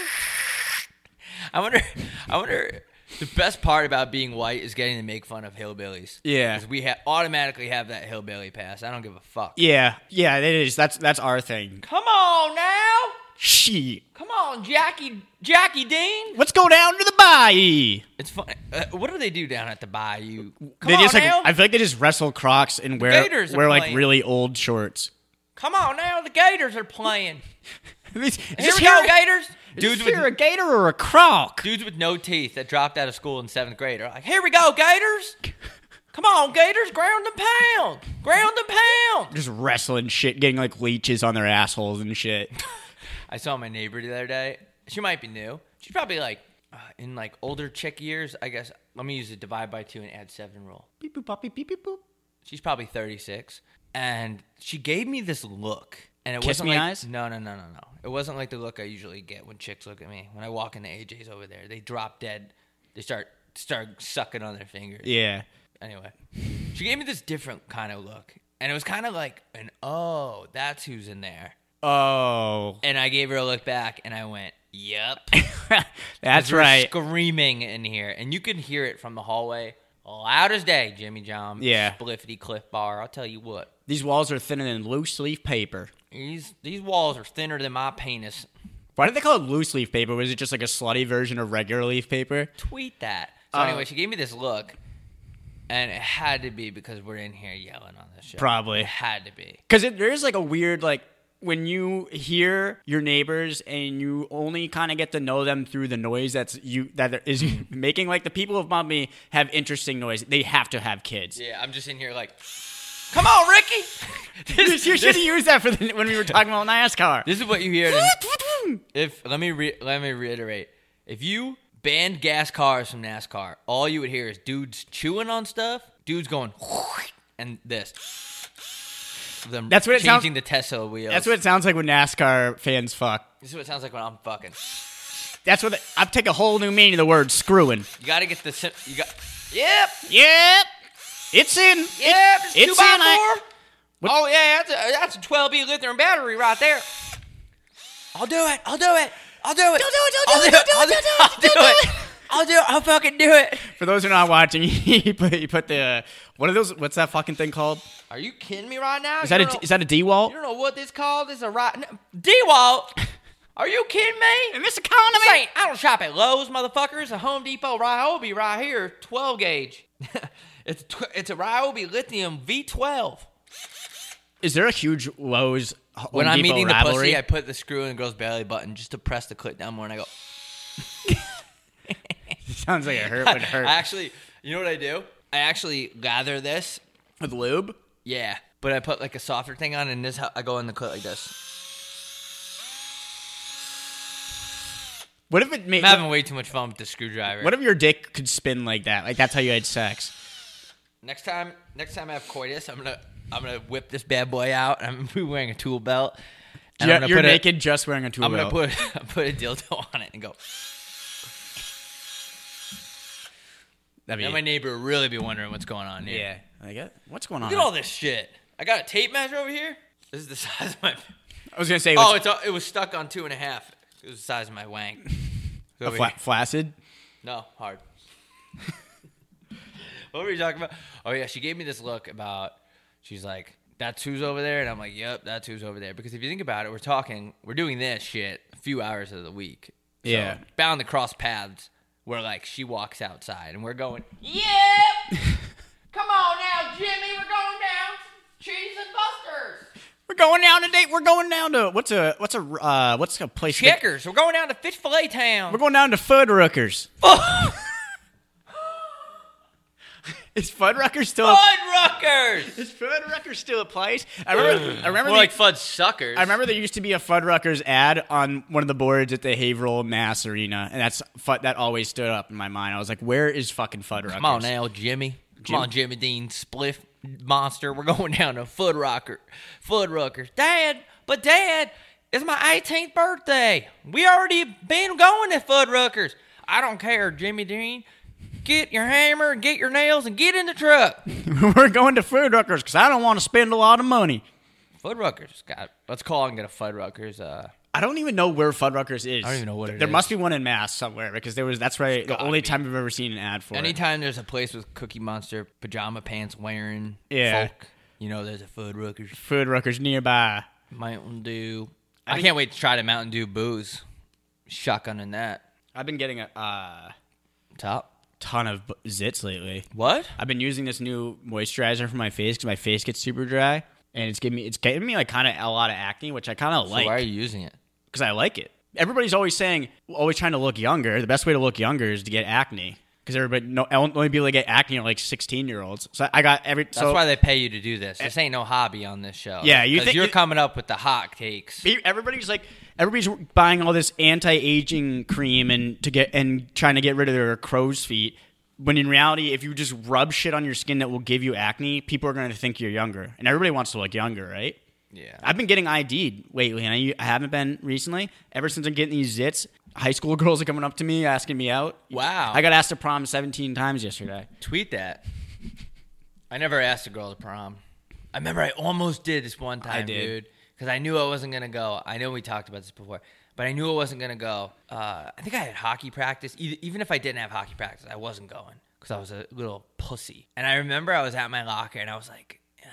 I wonder. I wonder. The best part about being white is getting to make fun of hillbillies.
Yeah.
'Cause we ha- automatically have that hillbilly pass. I don't give a fuck.
Yeah, yeah, it is. That's that's our thing.
Come on now.
Shit.
Come on, Jackie, Jackie Dean.
Let's go down to the bayou.
It's funny. Uh, what do they do down at the bayou? Come
they
on
just like
now.
I feel like they just wrestle Crocs and wear
Gators are
wear like
playing.
really old shorts.
Come on now. The Gators are playing.
Is
Here
this
we go,
here-
Gators.
is
Dudes
this
with
here a gator or a croc?
dudes with no teeth that dropped out of school in seventh grade are like, "Here we go, Gators. Come on, Gators. Ground and pound. Ground and pound."
Just wrestling shit, getting like leeches on their assholes and shit.
I saw my neighbor the other day. She might be new. She's probably like uh, in like older chick years, I guess. Let me use the divide by two and add seven rule.
beep boop poppy beep beep boop.
She's probably 36. And she gave me this look. And it
Kiss
wasn't
me
like,
eyes?
No, no, no, no, no. It wasn't like the look I usually get when chicks look at me. When I walk into AJ's over there, they drop dead. They start start sucking on their fingers.
Yeah.
Anyway, she gave me this different kind of look. And it was kind of like an, oh, that's who's in there.
Oh.
And I gave her a look back and I went, yep.
That's
They're
right.
Screaming in here, and you can hear it from the hallway, loud as day. Jimmy John,
Yeah.
spliffity cliff bar. I'll tell you what,
These walls are thinner than loose leaf paper.
these these walls are thinner than my penis.
Why did they call it loose leaf paper? Was it just like a slutty version of regular leaf paper?
Tweet that. So
Uh,
anyway, she gave me this look, and it had to be because we're in here yelling on this show.
Probably.
it had to be.
Because there is like a weird like when you hear your neighbors and you only kind of get to know them through the noise that's you that is making. Like the people of Mommy have interesting noise. They have to have kids.
Yeah, I'm just in here like, come on, Ricky. this,
You should have
this,
used that for the, when we were talking about NASCAR.
this is what you hear. in- if let me re- let me reiterate, if you banned gas cars from NASCAR, all you would hear is dudes chewing on stuff, dudes going and this. Them
That's what it sound-
changing the Tesla wheels.
That's what it sounds like when NASCAR fans fuck.
This is what it sounds like when I'm fucking.
That's what I take a whole new meaning to the word screwing.
You got to get the sim- you got. Yep,
Yep, it's in. Yep,
yep. It's, two by four.
What-
Oh yeah, that's a that's a 12B lithium battery right there. I'll do it. I'll do it. I'll do it.
Don't do it, don't do it,
I'll
don't do it,
I'll do
don't do
it.
it.
I'll do it. I'll fucking do it.
For those who are not watching, he put, he put the uh, what are those? What's that fucking thing called?
Are you kidding me right now?
Is
You
that
don't
a
know-
is that a D-wall?
You don't know what this called? It's a rotten D-Walt. Are you kidding me?
In this economy,
This ain't- I don't shop at Lowe's, motherfuckers. A Home Depot Ryobi right here, 12 gauge. it's tw- it's a Ryobi Lithium V12.
is there a huge Lowe's Home
When I'm
Depot
eating the
rivalry?
pussy, I put the screw in the girl's belly button just to press the clit down more, and I go.
Sounds like it hurt would
I
hurt
actually, you know what I do? I actually gather this.
with lube.
Yeah, but I put like a softer thing on, and this how I go in the clit like this.
What if it made?
I'm having way too much fun with the screwdriver.
What if your dick could spin like that? Like that's how you had sex.
next time, next time I have coitus, I'm gonna I'm gonna whip this bad boy out. and I'm gonna be wearing a tool belt. And I'm
You're,
gonna
you're
put a-
naked, just wearing a tool
I'm gonna
belt.
put put a dildo on it and go.
That'd
And
be,
my neighbor will really be wondering what's going on here.
yeah. Like, uh, what's going on?
Look at all this shit. I got a tape measure over here. This is the size of my.
I was gonna say,
Oh,
what's-
it's a, it was stuck on two and a half. It was the size of my wang.
a
Over
fla-
here.
flaccid.
No, hard. what were you talking about? Oh yeah, she gave me this look about. She's like, "That's who's over there," and I'm like, "Yep, that's who's over there." Because if you think about it, we're talking, we're doing this shit a few hours of the week. So,
Yeah.
bound to cross paths where like she walks outside and we're going. Yep. Come on now, Jimmy. We're going down. Cheese and Buster's.
We're going down to date. We're going down to what's a what's a uh, what's a place? that-
Checkers. We're going down to Fish Fillet Town.
We're going down to Fuddruckers.
Fun
Is Fuddruckers
Oh.
still? A,
Ruckers.
is Fuddruckers still a place? I remember. I remember.
More
the-
like fudge suckers.
I remember there used to be a Fuddruckers ad on one of the boards at the Haverhill Mass Arena, and that's fu- that always stood up in my mind. I was like, "Where is fucking Fuddruckers?"
Come on now, Jimmy. Come on, Jimmy Dean, Spliff Monster. We're going down to Foot Rocker, Foot Rockers. Dad, but Dad, it's my 18th birthday. We already been going to Foot Rockers. I don't care, Jimmy Dean. Get your hammer, get your nails, and get in the truck.
We're going to Fuddruckers because I don't want to spend a lot of money.
Foot Rockers. God, let's call and get a Foot Rockers. Uh,
I don't even know where Fuddruckers is. I
don't even know what it
there
is.
must be one in Mass somewhere because there was. That's right. The
gotta
only
be.
time I've ever seen an ad for it.
anytime there's a place with Cookie Monster pajama pants wearing
Yeah.
folk, you know there's a Foot Rockers.
Fuddruckers nearby.
Mountain Dew. I, can't wait to try the Mountain Dew booze. Shotgun in that
I've been getting a uh,
top.
ton of b- zits lately.
What?
I've been using this new moisturizer for my face because my face gets super dry, and it's giving me it's giving me like kind of a lot of acne, which I kind of
So why are
like
you using it?
because I like it. Everybody's always saying, always trying to look younger. The best way to look younger is to get acne because everybody no only people that get acne are like sixteen year olds. So I got every
That's
so eh,
why they pay you to do this. This ain't no hobby on this show.
Yeah, you
'Cause
think-
you're coming up with the hot takes.
Be- e, everybody's like everybody's buying all this anti-aging cream and to get and trying to get rid of their crow's feet when in reality if you just rub shit on your skin that will give you acne people are going to think you're younger and everybody wants to look younger right
Yeah.
i've been getting id'd lately and i, I haven't been recently ever since i'm getting these zits high school girls are coming up to me asking me out
Wow.
i got asked to prom 17 times yesterday
Tweet that. I never asked a girl to prom. I remember I almost did this one time,
did.
dude, because I knew I wasn't gonna go. I know we talked about this before, but I knew I wasn't gonna go. Uh, I think I had hockey practice. E- Even if I didn't have hockey practice, I wasn't going because I was a little pussy. And I remember I was at my locker and I was like, "Ah,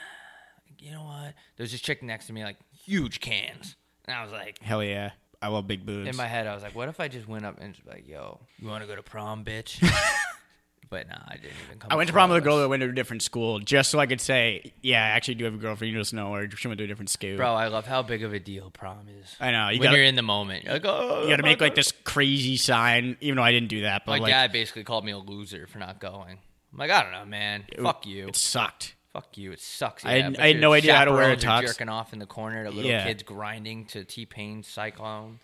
you know what? There's this chick next to me, like huge cans, and I was like,
hell yeah i love big boobs
in my head, I was like, what if I just went up and just be like, yo, you want to go to prom, bitch? but nah, I didn't even come.
I went to prom with a
close.
girl that went to a different school just so I could say, yeah, I actually do have a girlfriend. You just know her. She went to a different school.
Bro, I love how big of a deal prom is.
I know. You
when
gotta,
you're
you
in the moment, you're like, oh,
gotta make like this crazy sign, even though I didn't do that.
My
But like,
dad basically called me a loser for not going. I'm like, I don't know, man. Fuck you.
it sucked.
Fuck you. It sucks.
I had-
but
I had
your
no idea how to wear a
chaperones are
tux.
Jerking off in the corner to little
Yeah.
kids grinding to T Pain Cyclone.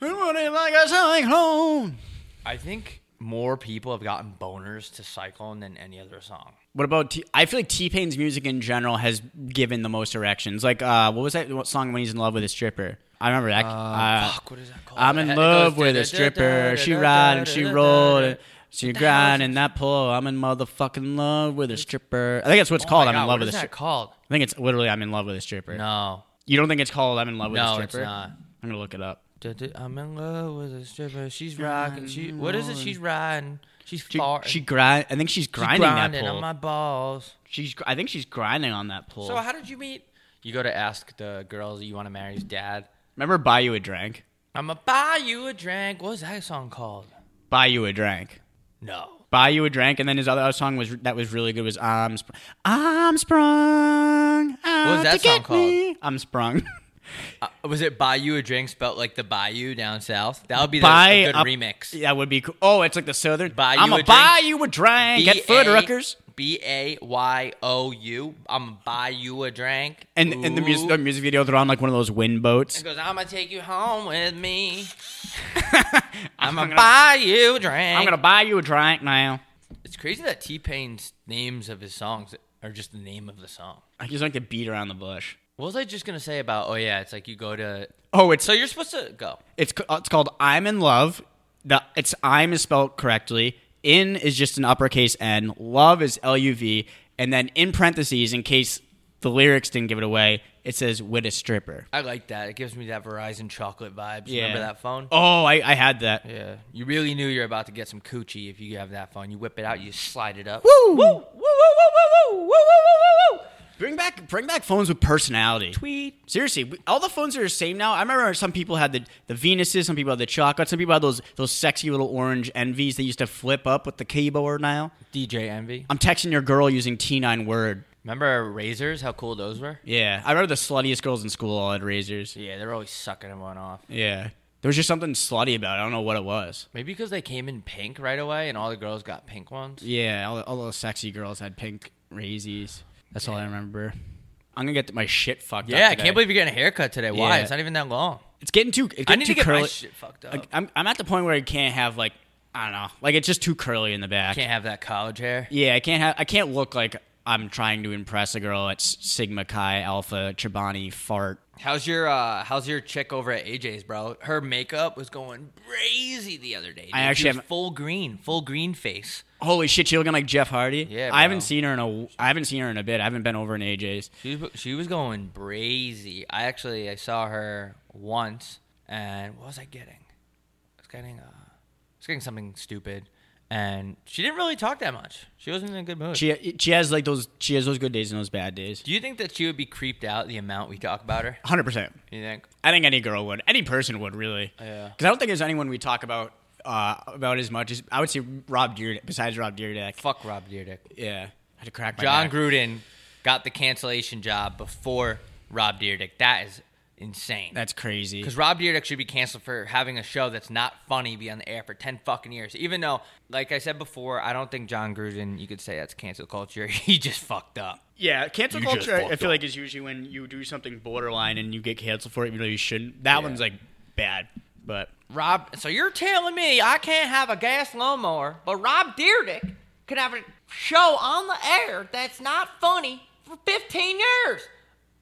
I want it like a cyclone.
I think more people have gotten boners to Cyclone than any other song.
What about T? I feel like T Pain's music in general has given the most erections. Like, uh, what was that what song when he's in love with a stripper? I remember that. Uh,
Fuck, what is that called?
I'm in
It
love
goes
with a stripper. She ride and she roll and she grind in that pole. I'm in motherfucking love with a stripper. I think that's what
Oh
it's
my
called. I'm
God,
in
what
love with a
is that
stripper.
called?
I think it's literally I'm in love with a stripper.
No.
You don't think it's called I'm in love with
No,
a
it's
stripper?
not.
I'm gonna look it up.
Du- du- I'm in love with a stripper. She's rocking. She what is it? She's riding. She's
She,
farting.
she grind. I think she's grinding,
grinding
that
on
pole.
my balls.
she's. gr- I think she's grinding on that pole.
So how did you meet? You go to ask the girls you want to marry's dad.
Remember, buy you a drink.
I'ma buy you a drink. What's that song called?
Buy you a drink.
No.
Buy you a drink, and then his other song was that was really good was I'm Spr- I'm sprung. What
was that song called?
I'm sprung.
Uh, was it buy you a drink spelt like the bayou down south? That would be the,
Buy
a good
a-
remix.
that would be cool. Oh, it's like the southern.
Buy you
I'm
a
a
drink.
buy you a drink. Get
B A
food ruckers.
B A Y O U. I'm gonna buy you a drink.
And and the music,
Ooh.
the music video, they're on like one of those wind boats.
He goes, I'm gonna take you home with me. I'm,
I'm
gonna,
gonna-
buy you a drink.
I'm gonna buy you a drink now.
It's crazy that T Pain's names of his songs are just the name of the song.
I just like to beat around the bush.
What was I just gonna say about? Oh yeah, it's like you go to.
Oh, it's
So you're supposed to go.
It's ca- it's called I'm in love. The it's I'm is spelled correctly. In is just an uppercase N. Love is L U V, and then in parentheses, in case the lyrics didn't give it away, it says with a stripper.
I like that. It gives me that Verizon chocolate vibes.
Yeah.
Remember that phone?
Oh, I, I had that.
Yeah. You really knew you're about to get some coochie if you have that phone. You whip it out, you slide it up.
Woo!
Woo! Woo! Woo! Woo! Woo! Woo! Woo! Woo! Woo! Woo!
Bring back bring back phones with personality.
Tweet.
Seriously, we, all the phones are the same now. I remember some people had the, the Venuses, some people had the chocolate, some people had those those sexy little orange envies they used to flip up with the keyboard. Now
DJ Envy.
I'm texting your girl using T9 word.
Remember razors? How cool those were?
Yeah, I remember the sluttiest girls in school all had razors.
Yeah, they're always sucking everyone off.
Yeah. There was just something slutty about it. I don't know what it was.
Maybe because they came in pink right away, and all the girls got pink ones.
Yeah, all, all those sexy girls had pink raisies. That's all I remember. I'm gonna get my shit fucked up.
Yeah, I
today.
can't believe you're getting a haircut today. Why?
Yeah.
It's not even that long.
it's getting too. It's getting
I need
too
to get
curly.
my shit fucked up.
Like, I'm I'm at the point where I can't have like I don't know. Like it's just too curly in the back.
Can't have that college hair.
Yeah, I can't have. I can't look like I'm trying to impress a girl at S- Sigma Chi Alpha Chobani fart.
How's your uh How's your chick over at AJ's, bro? Her makeup was going crazy the other day. dude.
I
She
actually
was
haven't-
full green, full green face.
Holy shit, she looking like Jeff Hardy.
Yeah,
I haven't
bro.
seen her in a. I haven't seen her in a bit. I haven't been over in AJ's.
She was, she was going crazy. I actually I saw her once, and what was I getting? I was getting uh, I was getting something stupid, and she didn't really talk that much. She wasn't in a good mood.
She she has like those. She has those good days and those bad days.
Do you think that she would be creeped out the amount we talk about her?
Hundred percent.
You think?
I think any girl would. Any person would really.
Yeah.
Because I don't think there's anyone we talk about uh, about as much as I would say Rob Deerdick. Besides Rob Deerdick.
Fuck Rob Dyrdek.
Yeah. I had to crack my
John
back.
Gruden got the cancellation job before Rob Dyrdek. That is insane.
That's crazy.
Because Rob Dyrdek should be canceled for having a show that's not funny be on the air for 10 fucking years. Even though, like I said before, I don't think John Gruden, you could say that's cancel culture. He just fucked up.
Yeah, cancel
You just
culture. I- I
fucked
feel
up.
like is usually when you do something borderline and you get canceled for it, even though you shouldn't. That
Yeah.
one's like bad. But
Rob, so you're telling me I can't have a gas lawnmower, but Rob Dyrdek can have a show on the air that's not funny for 15 years.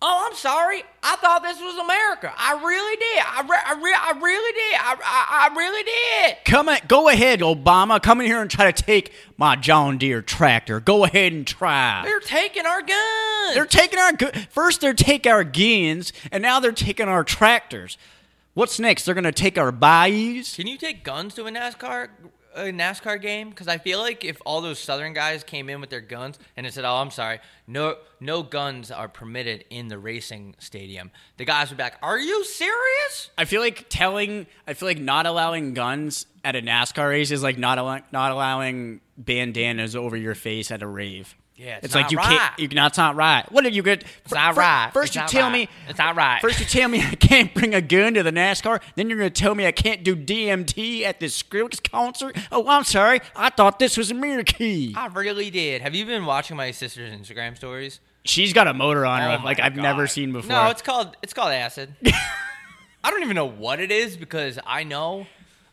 Oh, I'm sorry. I thought this was America. I really did. I, re- I, re- I really did. I, I, I really did.
come at, go ahead, Obama. Come in here and try to take my John Deere tractor. Go ahead and try.
They're taking our guns.
They're taking our go- first. They're taking our guns, and now they're taking our tractors. What's next? They're gonna take our bayous.
Can you take guns to a NASCAR a NASCAR game? Because I feel like if all those Southern guys came in with their guns and it said, "Oh, I'm sorry, no no guns are permitted in the racing stadium," the guys would be like, "Are you serious?"
I feel like telling. I feel like not allowing guns at a NASCAR race is like not allow- not allowing bandanas over your face at a rave.
Yeah, it's
it's, like
not
you
right.
can't. You, no, it's not right. What are you good?
It's not right.
First,
It's
you
not
tell
right.
me
It's not right.
First, you tell me I can't bring a gun to the NASCAR. Then you're gonna tell me I can't do DMT at this Skrillex concert. Oh, I'm sorry. I thought this was America.
I really did. Have you been watching my sister's Instagram stories?
She's got a motor on her
Oh my
like I've
God.
never seen before.
No, it's called it's called acid. I don't even know what it is because I know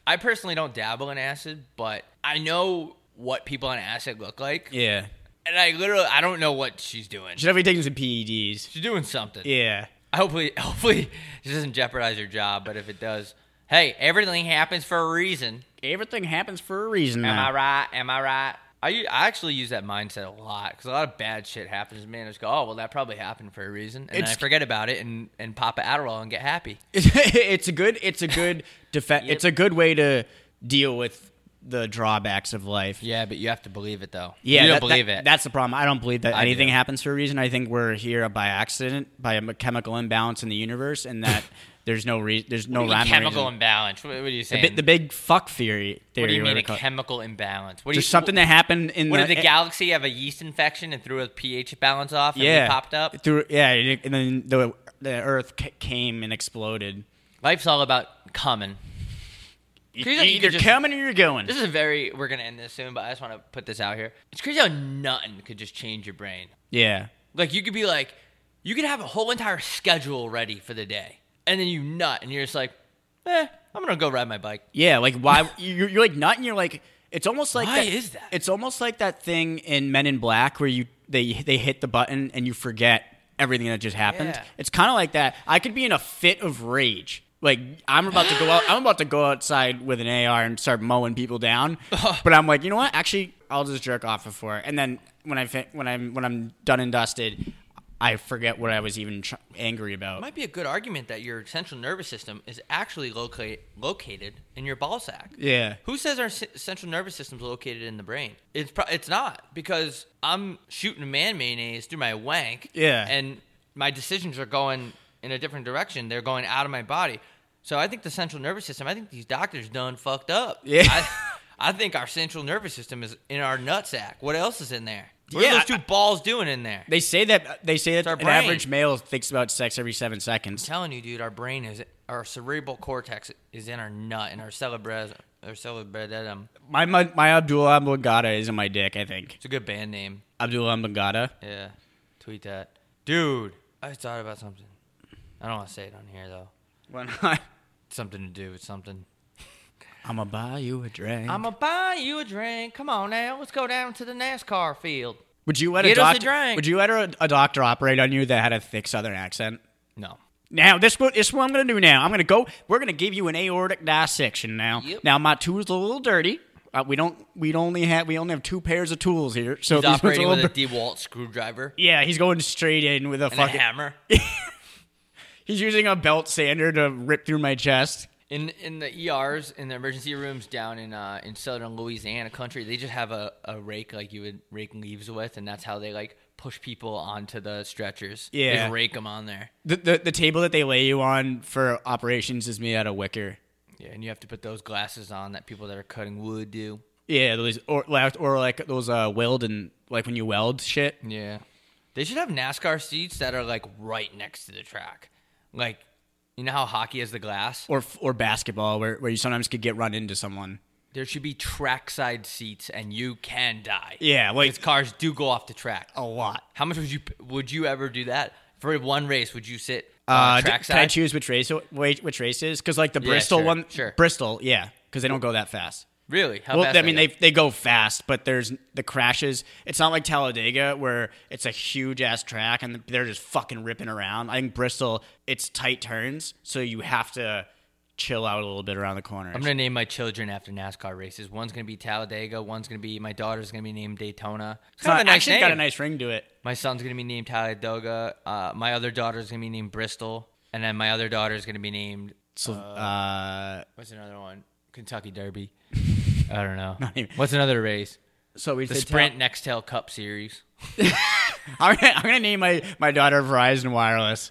I personally don't dabble in acid, but I know what people on acid look like.
yeah.
And I literally I don't know what she's doing.
She's definitely taking some PEDs.
She's doing something.
Yeah.
Hopefully, hopefully this doesn't jeopardize your job. But if it does, hey, everything happens for a reason.
Everything happens for a reason.
Am
now.
I right? Am I right? I, u- I actually use that mindset a lot because a lot of bad shit happens to me, and I just go, "Oh, well, that probably happened for a reason," and then I
It's-
forget about it and and pop an Adderall and get happy.
it's a good it's a good defense
Yep.
it's a good way to deal with the drawbacks of life
Yeah, but you have to believe it though. you don't
that-
believe
that-
it.
that's the problem i don't believe that
I
anything
do.
happens for a reason i think we're here by accident by a chemical imbalance in the universe and that there's no re- there's no
What do you mean
rhyme or
chemical
reason.
imbalance. What, what are you
the,
saying?
bi- the big fuck theory theory
what do you mean
whatever
a
it called-
chemical imbalance? What do you,
just something that happened in
What
the, e,
did the galaxy have a yeast infection and threw a pH balance off? And we
yeah
popped up.
through yeah and it- and then the the earth ca- came and exploded
Life's all about coming.
You,
Crazy how you
E, either
could just-
coming or you're going.
This is a very. We're gonna end this soon, but I just want to put this out here. It's crazy how nothing could just change your brain.
yeah.
Like you could be like, you could have a whole entire schedule ready for the day, and then you nut, and you're just like, eh, I'm gonna go ride my bike.
Yeah, like why you're, you're like not, and you're like it's almost like
Why
that,
is that?
It's almost like that thing in Men in Black where you they they hit the button and you forget everything that just happened.
Yeah.
It's kind of like that. I could be in a fit of rage. Like I'm about to go out. I'm about to go outside with an AR and start mowing people down. but I'm like, you know what? Actually, I'll just jerk off before. And then when I fin- when I'm when I'm done and dusted, I forget what I was even tr- angry about.
Might be a good argument that your central nervous system is actually locate, located in your ball sack.
yeah.
Who says our c- central nervous system's located in the brain? It's pro- it's not because I'm shooting man mayonnaise through my wank.
Yeah.
and my decisions are going in a different direction. They're going out of my body. So I think the central nervous system. I think these doctors done fucked up.
Yeah.
I, I think our central nervous system is in our nutsack. What else is in there? What
Yeah,
are those two
I-
balls doing in there?
They say that they say that
our
an
brain.
average male thinks about sex every seven seconds.
telling you, dude, our brain is our cerebral cortex is in our nut and our cerebrum. Our cerebrum.
My my, my Abdullah Mbagada is in my dick. I think
It's a good band name.
Abdullah Mbagada.
Yeah, tweet that, dude. I just thought about something. I don't want to say it on here though.
When I,
It's something to do with something.
I'ma buy you a drink.
I'ma buy you a drink. Come on now, let's go down to the NASCAR field.
would you let a
Get us a
doctor?
drink.
Would you let a, a doctor operate on you that had a thick Southern accent?
No.
Now this what this is what I'm gonna do. Now I'm gonna go. We're gonna give you an aortic dissection. Now
Yep.
now my tool's a little dirty. Uh, we don't we only have we only have two pairs of tools here. So
He's
these ones are
operating
a
with a
little dir-
DeWalt screwdriver
yeah, he's going straight in with a
and a
fucking.
hammer.
He's using a belt sander to rip through my chest.
In in the ERs in the emergency rooms down in uh, in southern Louisiana country, they just have a, a rake like you would rake leaves with, and that's how they like push people onto the stretchers. They
Yeah.
just rake them on there.
The, the the table that they lay you on for operations is made out of wicker.
Yeah, and you have to put those glasses on that people that are cutting wood do.
Yeah, those or like- or like those uh weld and like when you weld shit.
Yeah. They should have NASCAR seats that are like right next to the track. Like, you know how hockey has the glass?
Or or basketball where, where you sometimes could get run into someone.
There should be trackside seats and you can die.
Yeah, like-
Because cars do go off the track.
A lot.
How much would you would you ever do that? For one race, would you sit
Uh,
uh,
d- can I
trackside?
choose which race which, which race is? Because like the Bristol
sure,
one,
sure.
Bristol, yeah, because they don't go that fast.
really? How
Well,
fast
I
are
mean,
you?
they they go fast, but there's the crashes. It's not like Talladega where it's a huge ass track and they're just fucking ripping around. I think Bristol, it's tight turns, so you have to chill out a little bit around the corners.
I'm gonna name my children after NASCAR races. One's gonna be Talladega. One's gonna be my daughter's gonna be named Daytona. It's
it's not,
kind of a nice
actually got a
name.
nice ring to it.
My son's gonna be named Talladega. Uh, my other daughter's gonna be named Bristol, and then my other daughter's gonna be named
So, uh,
what's another one? Kentucky Derby. I don't know.
even-
What's another race?
so we
The
said
Sprint Nextel Cup Series.
Tal- I'm, gonna, I'm gonna name my my daughter Verizon Wireless.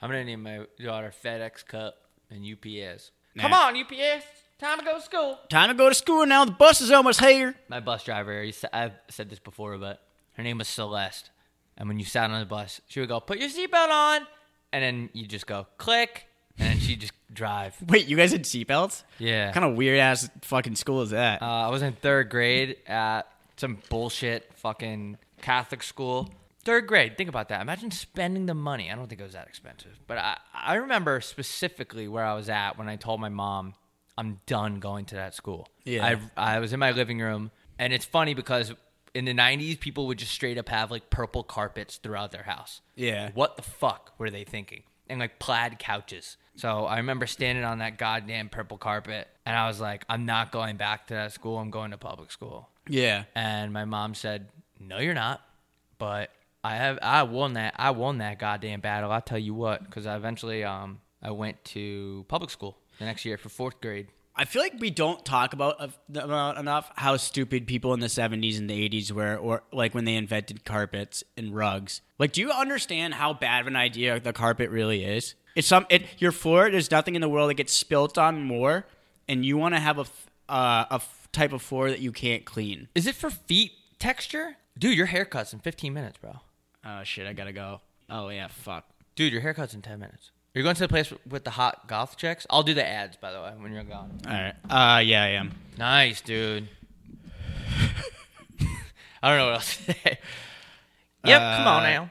I'm gonna name my daughter FedEx Cup and UPS.
Nah.
Come on, UPS. Time to go to school.
Time to go to school now. The bus is almost here.
My bus driver, he sa- I've said this before, but her name was Celeste. And when you sat on the bus, she would go, put your seatbelt on. And then you just go, click. And then she'd just drive.
Wait, you guys had seatbelts?
Yeah.
Kind of weird ass fucking school is that?
Uh, I was in third grade at some bullshit fucking Catholic school. Third grade, think about that. Imagine spending the money. I don't think it was that expensive, but I, I remember specifically where I was at when I told my mom I'm done going to that school.
Yeah.
I, I was in my living room, and it's funny because in the 90s, people would just straight up have like purple carpets throughout their house.
Yeah.
What the fuck were they thinking? And like plaid couches. So I remember standing on that goddamn purple carpet and I was like, I'm not going back to that school. I'm going to public school.
yeah.
And my mom said, No, you're not. But I have, I won that. I won that goddamn battle. I'll tell you what. Cause I eventually, um, I went to public school the next year for fourth grade.
I feel like we don't talk about about enough how stupid people in the 70s and the 80s were, or like when they invented carpets and rugs. Like, do you understand how bad of an idea the carpet really is? It's some it your floor. There's nothing in the world that gets spilt on more, and you want to have a f- uh, a f- type of floor that you can't clean.
Is it for feet texture? Dude, your haircut's in 15 minutes, bro.
Oh shit! I gotta go. Oh yeah, fuck.
Dude, your haircut's in 10 minutes. You're going to the place with the hot goth chicks? I'll do the ads, by the way, when you're gone.
All right. Uh, yeah, I am.
Nice, dude. I don't know what else to say. Yep, come on
Uh,
now.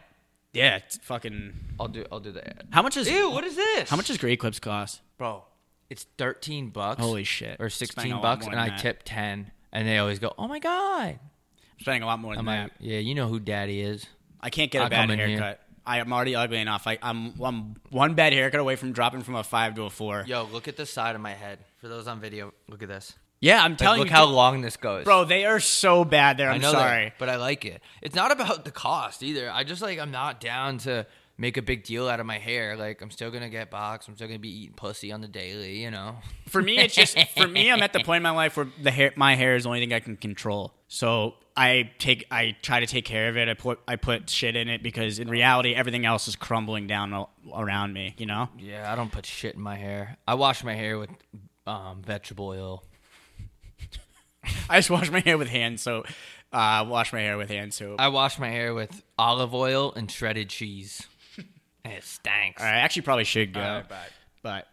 Yeah, it's fucking.
I'll do. I'll do the ad.
How much is?
Ew, what is this?
How much does Great Clips cost?
bro? It's thirteen bucks.
Holy shit.
Or
Spending a
sixteen
lot
bucks,
more
and
than
I
that.
tip ten, and they always go, "Oh my god!"
I'm spending a lot more than
I'm
that.
like, "Yeah, you know who Daddy is."
I can't get a
I'll
bad
come in here.
haircut. I am already ugly enough. I, I'm, I'm one bad haircut away from dropping from a five to a four.
Yo, look at the side of my head. For those on video, look at this.
Yeah, I'm telling
look
you,
how
dude.
long this goes,
bro. They are so bad there. I'm
I know
sorry.
that, but I like it. It's not about the cost either. I just like I'm not down to make a big deal out of my hair. Like I'm still gonna get boxed. I'm still gonna be eating pussy on the daily. You know.
For me, it's just for me. I'm at the point in my life where the hair, my hair is the only thing I can control. So I take, I try to take care of it. I put, I put shit in it because in reality, everything else is crumbling down a- around me. You know.
Yeah, I don't put shit in my hair. I wash my hair with um, vegetable oil.
I just wash my hair with hand soap. Uh, wash my hair with hand soap.
I wash my hair with olive oil and shredded cheese. And it stinks.
All right, I actually probably should go.
All right, bye.
But